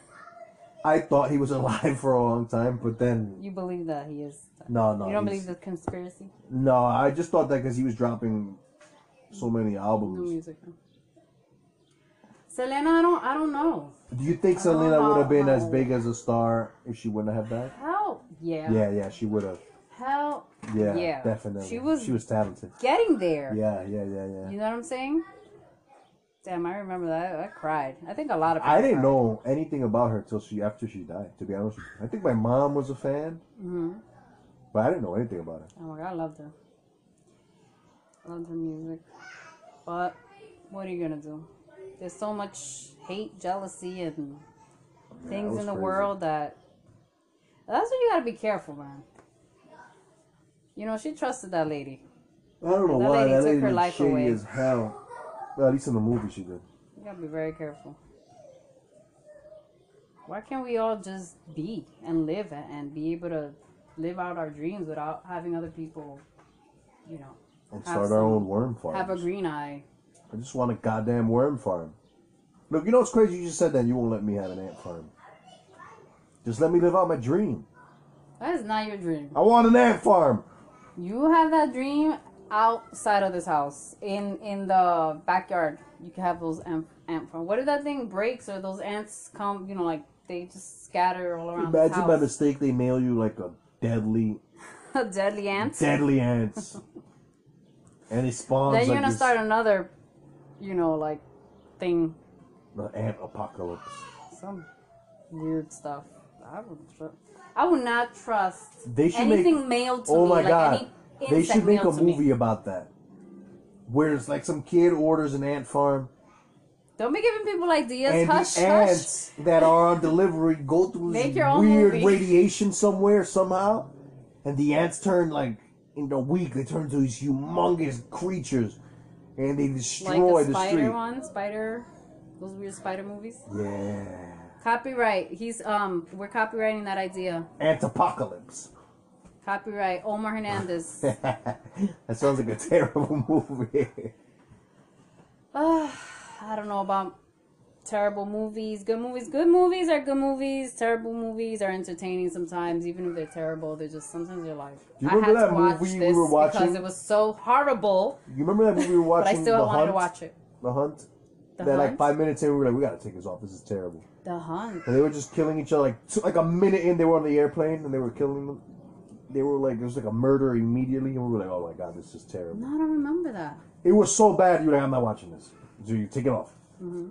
Speaker 2: I thought he was alive for a long time, but then.
Speaker 1: you believe that he is?
Speaker 2: No, no.
Speaker 1: you don't
Speaker 2: Oh, he's-
Speaker 1: believe the conspiracy?
Speaker 2: No, I just thought that because he was dropping so many
Speaker 1: No
Speaker 2: albums.
Speaker 1: music. Selena, I don't, I don't know.
Speaker 2: Do you think
Speaker 1: don't
Speaker 2: Selena
Speaker 1: know
Speaker 2: would have been
Speaker 1: how-
Speaker 2: as big as a star if she wouldn't have died?
Speaker 1: Hell yeah.
Speaker 2: Yeah, yeah, she would have.
Speaker 1: Hell
Speaker 2: Yeah,
Speaker 1: Yeah.
Speaker 2: definitely.
Speaker 1: She was-
Speaker 2: she was talented.
Speaker 1: Getting there.
Speaker 2: Yeah, yeah, yeah, yeah.
Speaker 1: You know what I'm saying? Damn, I remember that. I cried. I think a lot of people.
Speaker 2: I didn't
Speaker 1: cried.
Speaker 2: know anything about her till she after she died. To be honest, with you. I think my mom was a fan,
Speaker 1: Mm-hmm.
Speaker 2: but I didn't know anything about her.
Speaker 1: Oh my god, I loved her. Loved her music. But what are you gonna do? There's so much hate, jealousy, and
Speaker 2: it
Speaker 1: things
Speaker 2: was
Speaker 1: in the
Speaker 2: crazy.
Speaker 1: world that. That's what you gotta be careful, man. You know, she trusted that lady.
Speaker 2: I don't know
Speaker 1: That
Speaker 2: why
Speaker 1: lady
Speaker 2: that
Speaker 1: took
Speaker 2: lady
Speaker 1: her
Speaker 2: was
Speaker 1: life
Speaker 2: shady
Speaker 1: away.
Speaker 2: as hell. Well, at least in the movie she did.
Speaker 1: You gotta be very careful. Why can't we all just be and live a- and be able to live out our dreams without having other people, you know,
Speaker 2: And
Speaker 1: Have
Speaker 2: start our
Speaker 1: some-
Speaker 2: own worm farm.
Speaker 1: have a green eye?
Speaker 2: I just want a goddamn worm farm. Look, you know what's crazy? You just said that you won't let me have an ant farm. Just let me live out my dream.
Speaker 1: That is not your dream.
Speaker 2: I want an ant farm.
Speaker 1: You have that dream outside of this house, in in the backyard. You can have those ant ant farm. What if that thing breaks or those ants come? You know, like they just scatter all around. this
Speaker 2: Imagine by
Speaker 1: house.
Speaker 2: mistake they mail you like a deadly,
Speaker 1: deadly ants.
Speaker 2: deadly ants, and it spawns.
Speaker 1: then you're
Speaker 2: like
Speaker 1: gonna
Speaker 2: this-
Speaker 1: start another, you know, like thing,
Speaker 2: the ant apocalypse.
Speaker 1: some weird stuff. I would, tr- I would not trust
Speaker 2: They should make-
Speaker 1: anything mailed to
Speaker 2: oh
Speaker 1: me.
Speaker 2: my
Speaker 1: like
Speaker 2: god!
Speaker 1: Any
Speaker 2: They
Speaker 1: insect
Speaker 2: should make a
Speaker 1: mailed to me.
Speaker 2: movie about that, where it's like some kid orders an ant farm,
Speaker 1: Don't be giving people ideas.
Speaker 2: and
Speaker 1: hush,
Speaker 2: the
Speaker 1: hush.
Speaker 2: ants that are on delivery go through
Speaker 1: Make
Speaker 2: this
Speaker 1: your own
Speaker 2: weird
Speaker 1: movie.
Speaker 2: radiation somewhere somehow, and the ants turn like in a week they turn to these humongous creatures, and they
Speaker 1: like
Speaker 2: destroy
Speaker 1: a
Speaker 2: the
Speaker 1: spider
Speaker 2: street.
Speaker 1: one, spider, those weird spider movies.
Speaker 2: Yeah,
Speaker 1: Copyright. He's um, we're copywriting that idea.
Speaker 2: ant apocalypse.
Speaker 1: Copyright Omar Hernandez.
Speaker 2: that sounds like a terrible movie.
Speaker 1: Ah, I don't know about terrible movies. Good movies. Good movies are good movies. Terrible movies are entertaining sometimes, even if they're terrible. They're just sometimes you're like,
Speaker 2: Do you
Speaker 1: I had
Speaker 2: remember
Speaker 1: to
Speaker 2: that
Speaker 1: watch
Speaker 2: movie we
Speaker 1: this
Speaker 2: were watching?
Speaker 1: because it was so horrible,
Speaker 2: You remember that movie we were
Speaker 1: but
Speaker 2: watching?
Speaker 1: I still
Speaker 2: the
Speaker 1: wanted
Speaker 2: Hunt?
Speaker 1: to watch it.
Speaker 2: The Hunt.
Speaker 1: The
Speaker 2: Then like
Speaker 1: Hunt?
Speaker 2: five minutes in, we were like, we gotta take this off. This is terrible.
Speaker 1: The Hunt.
Speaker 2: And they were just killing each other. Like t- like a minute in, they were on the airplane and they were killing them. They were like, there was like a murder immediately, and we were like, oh my god, this is
Speaker 1: No,
Speaker 2: terrible.
Speaker 1: I don't remember that.
Speaker 2: It was so bad. You're like, I'm not watching this. So you take it off.
Speaker 1: Mm-hmm.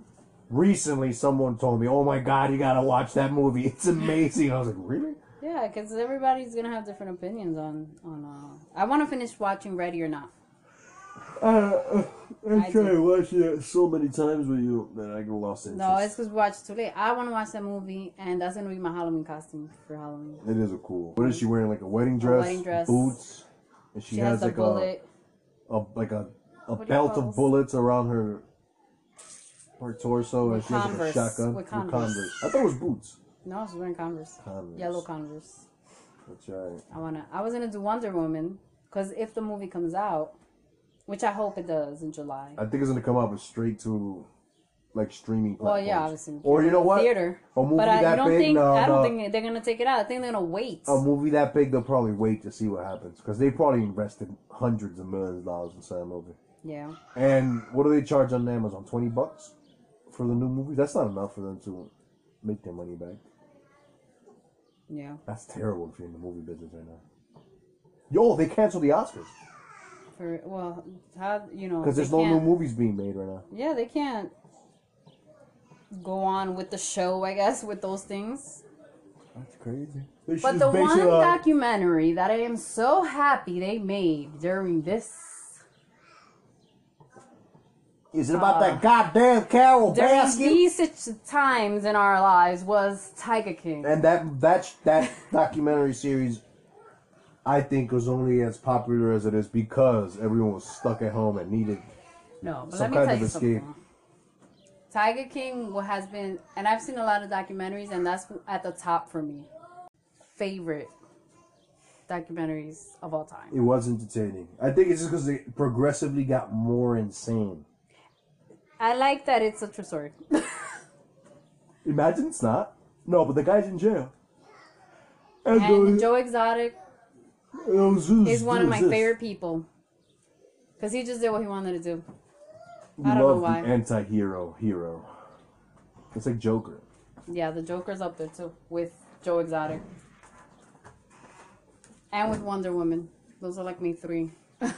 Speaker 2: Recently, someone told me, oh my god, you gotta watch that movie. It's amazing. I was like, really?
Speaker 1: Yeah, because everybody's gonna have different opinions on on. Uh, I want to finish watching Ready or Not.
Speaker 2: Uh,
Speaker 1: I tried do.
Speaker 2: watching it so many times with you that I lost interest.
Speaker 1: No, it's because we watched it too late. I want to watch that movie, and that's gonna be my Halloween costume for Halloween.
Speaker 2: It is a cool. What is she wearing? Like a wedding dress,
Speaker 1: wedding dress.
Speaker 2: boots, and she,
Speaker 1: She
Speaker 2: has,
Speaker 1: has the
Speaker 2: like
Speaker 1: bullet.
Speaker 2: a, a like a, a
Speaker 1: do you
Speaker 2: belt
Speaker 1: call
Speaker 2: of
Speaker 1: those?
Speaker 2: bullets around her her torso, and
Speaker 1: With
Speaker 2: she has like a
Speaker 1: Converse.
Speaker 2: shotgun
Speaker 1: With
Speaker 2: With
Speaker 1: Converse.
Speaker 2: I thought it was boots.
Speaker 1: No, she's wearing Converse.
Speaker 2: Converse.
Speaker 1: Yellow Converse.
Speaker 2: That's right.
Speaker 1: I wanna. I was gonna do Wonder Woman because if the movie comes out, which I hope it does in July.
Speaker 2: I think it's gonna come out with straight to like streaming.
Speaker 1: well, yeah,
Speaker 2: platforms.
Speaker 1: obviously.
Speaker 2: Or you know what?
Speaker 1: Theater.
Speaker 2: A movie
Speaker 1: but I,
Speaker 2: that
Speaker 1: you don't
Speaker 2: big?
Speaker 1: think
Speaker 2: No,
Speaker 1: I
Speaker 2: no. Um,
Speaker 1: don't think they're gonna take it out. I think they're gonna wait.
Speaker 2: A movie that big, they'll probably wait to see what happens because they probably invested hundreds of millions of dollars in that movie.
Speaker 1: Yeah.
Speaker 2: And what do they charge on Amazon? Twenty bucks for the new movie? That's not enough for them to make their money back.
Speaker 1: Yeah.
Speaker 2: That's terrible if you're in the movie business right now. Yo, they canceled the Oscars
Speaker 1: For well, how you know?
Speaker 2: because
Speaker 1: they
Speaker 2: there's no new
Speaker 1: can't-
Speaker 2: movies being made right now.
Speaker 1: Yeah, they can't go on with the show. I guess with those things.
Speaker 2: That's crazy.
Speaker 1: But the one documentary that I am so happy they made during this
Speaker 2: is it about that goddamn Carol
Speaker 1: during
Speaker 2: Baskin?
Speaker 1: these such times in our lives was Tiger King.
Speaker 2: And that that that documentary series, I think, was only as popular as it is because everyone was stuck at home and needed.
Speaker 1: No, but let
Speaker 2: Some
Speaker 1: me
Speaker 2: kind
Speaker 1: tell
Speaker 2: of
Speaker 1: you
Speaker 2: escape.
Speaker 1: something. Tiger King wa- has been, and I've seen a lot of documentaries, and that's at the top for me. Favorite documentaries of all time.
Speaker 2: It was entertaining. I think it's just because they progressively got more insane.
Speaker 1: I like that it's a true story.
Speaker 2: Imagine it's not. No, but the guy's in jail. And,
Speaker 1: and
Speaker 2: the-
Speaker 1: Joe Exotic
Speaker 2: it was- it was-
Speaker 1: is one of
Speaker 2: it
Speaker 1: my
Speaker 2: was this.
Speaker 1: favorite people because he just did what he wanted to do.
Speaker 2: We
Speaker 1: I don't
Speaker 2: love
Speaker 1: know why.
Speaker 2: the anti-hero hero. It's like Joker.
Speaker 1: Yeah, the Joker's up there too with Joe Exotic and with Wonder Woman. Those are like me three.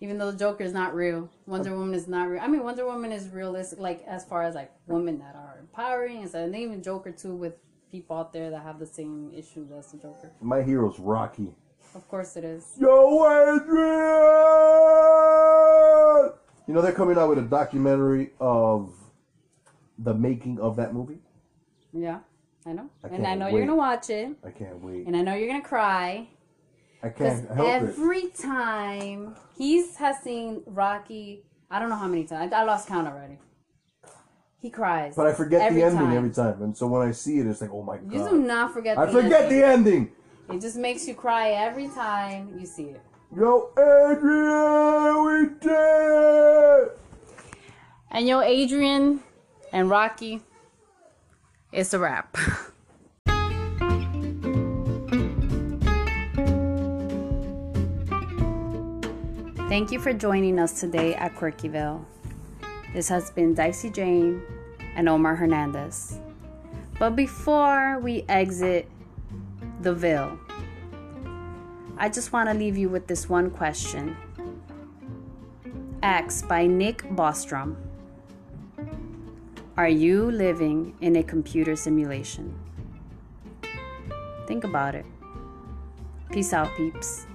Speaker 1: Even though the Joker is not real, Wonder Woman is not real. I mean, Wonder Woman is realistic, like as far as like women that are empowering and stuff. And even Joker too, with people out there that have the same issues as the Joker.
Speaker 2: My hero's Rocky.
Speaker 1: Of course, it is.
Speaker 2: Yo, Adrian! You know, they're coming out with a documentary of the making of that movie.
Speaker 1: Yeah, I know,
Speaker 2: I
Speaker 1: and I
Speaker 2: can't
Speaker 1: know
Speaker 2: wait.
Speaker 1: you're gonna watch it,
Speaker 2: I can't wait.
Speaker 1: and I know you're gonna cry.
Speaker 2: I
Speaker 1: Because
Speaker 2: can't help it.
Speaker 1: every time he's has seen Rocky, I don't know how many times. I, I lost count already. He cries.
Speaker 2: But I forget
Speaker 1: every
Speaker 2: the ending
Speaker 1: time.
Speaker 2: every time. And so when I see it, it's like, oh my
Speaker 1: You do
Speaker 2: god.
Speaker 1: not forget.
Speaker 2: I forget the ending!
Speaker 1: It just makes you cry every time you see it.
Speaker 2: Yo, Adrian, we did it!
Speaker 1: And yo, Adrian and Rocky, it's a wrap. Thank you for joining us today at Quirkyville. This has been Dicey Jane and Omar Hernandez. But before we exit the Ville, I just want to leave you with this one question. Acts by Nick Bostrom. Are you living in a computer simulation? Think about it. Peace out, peeps.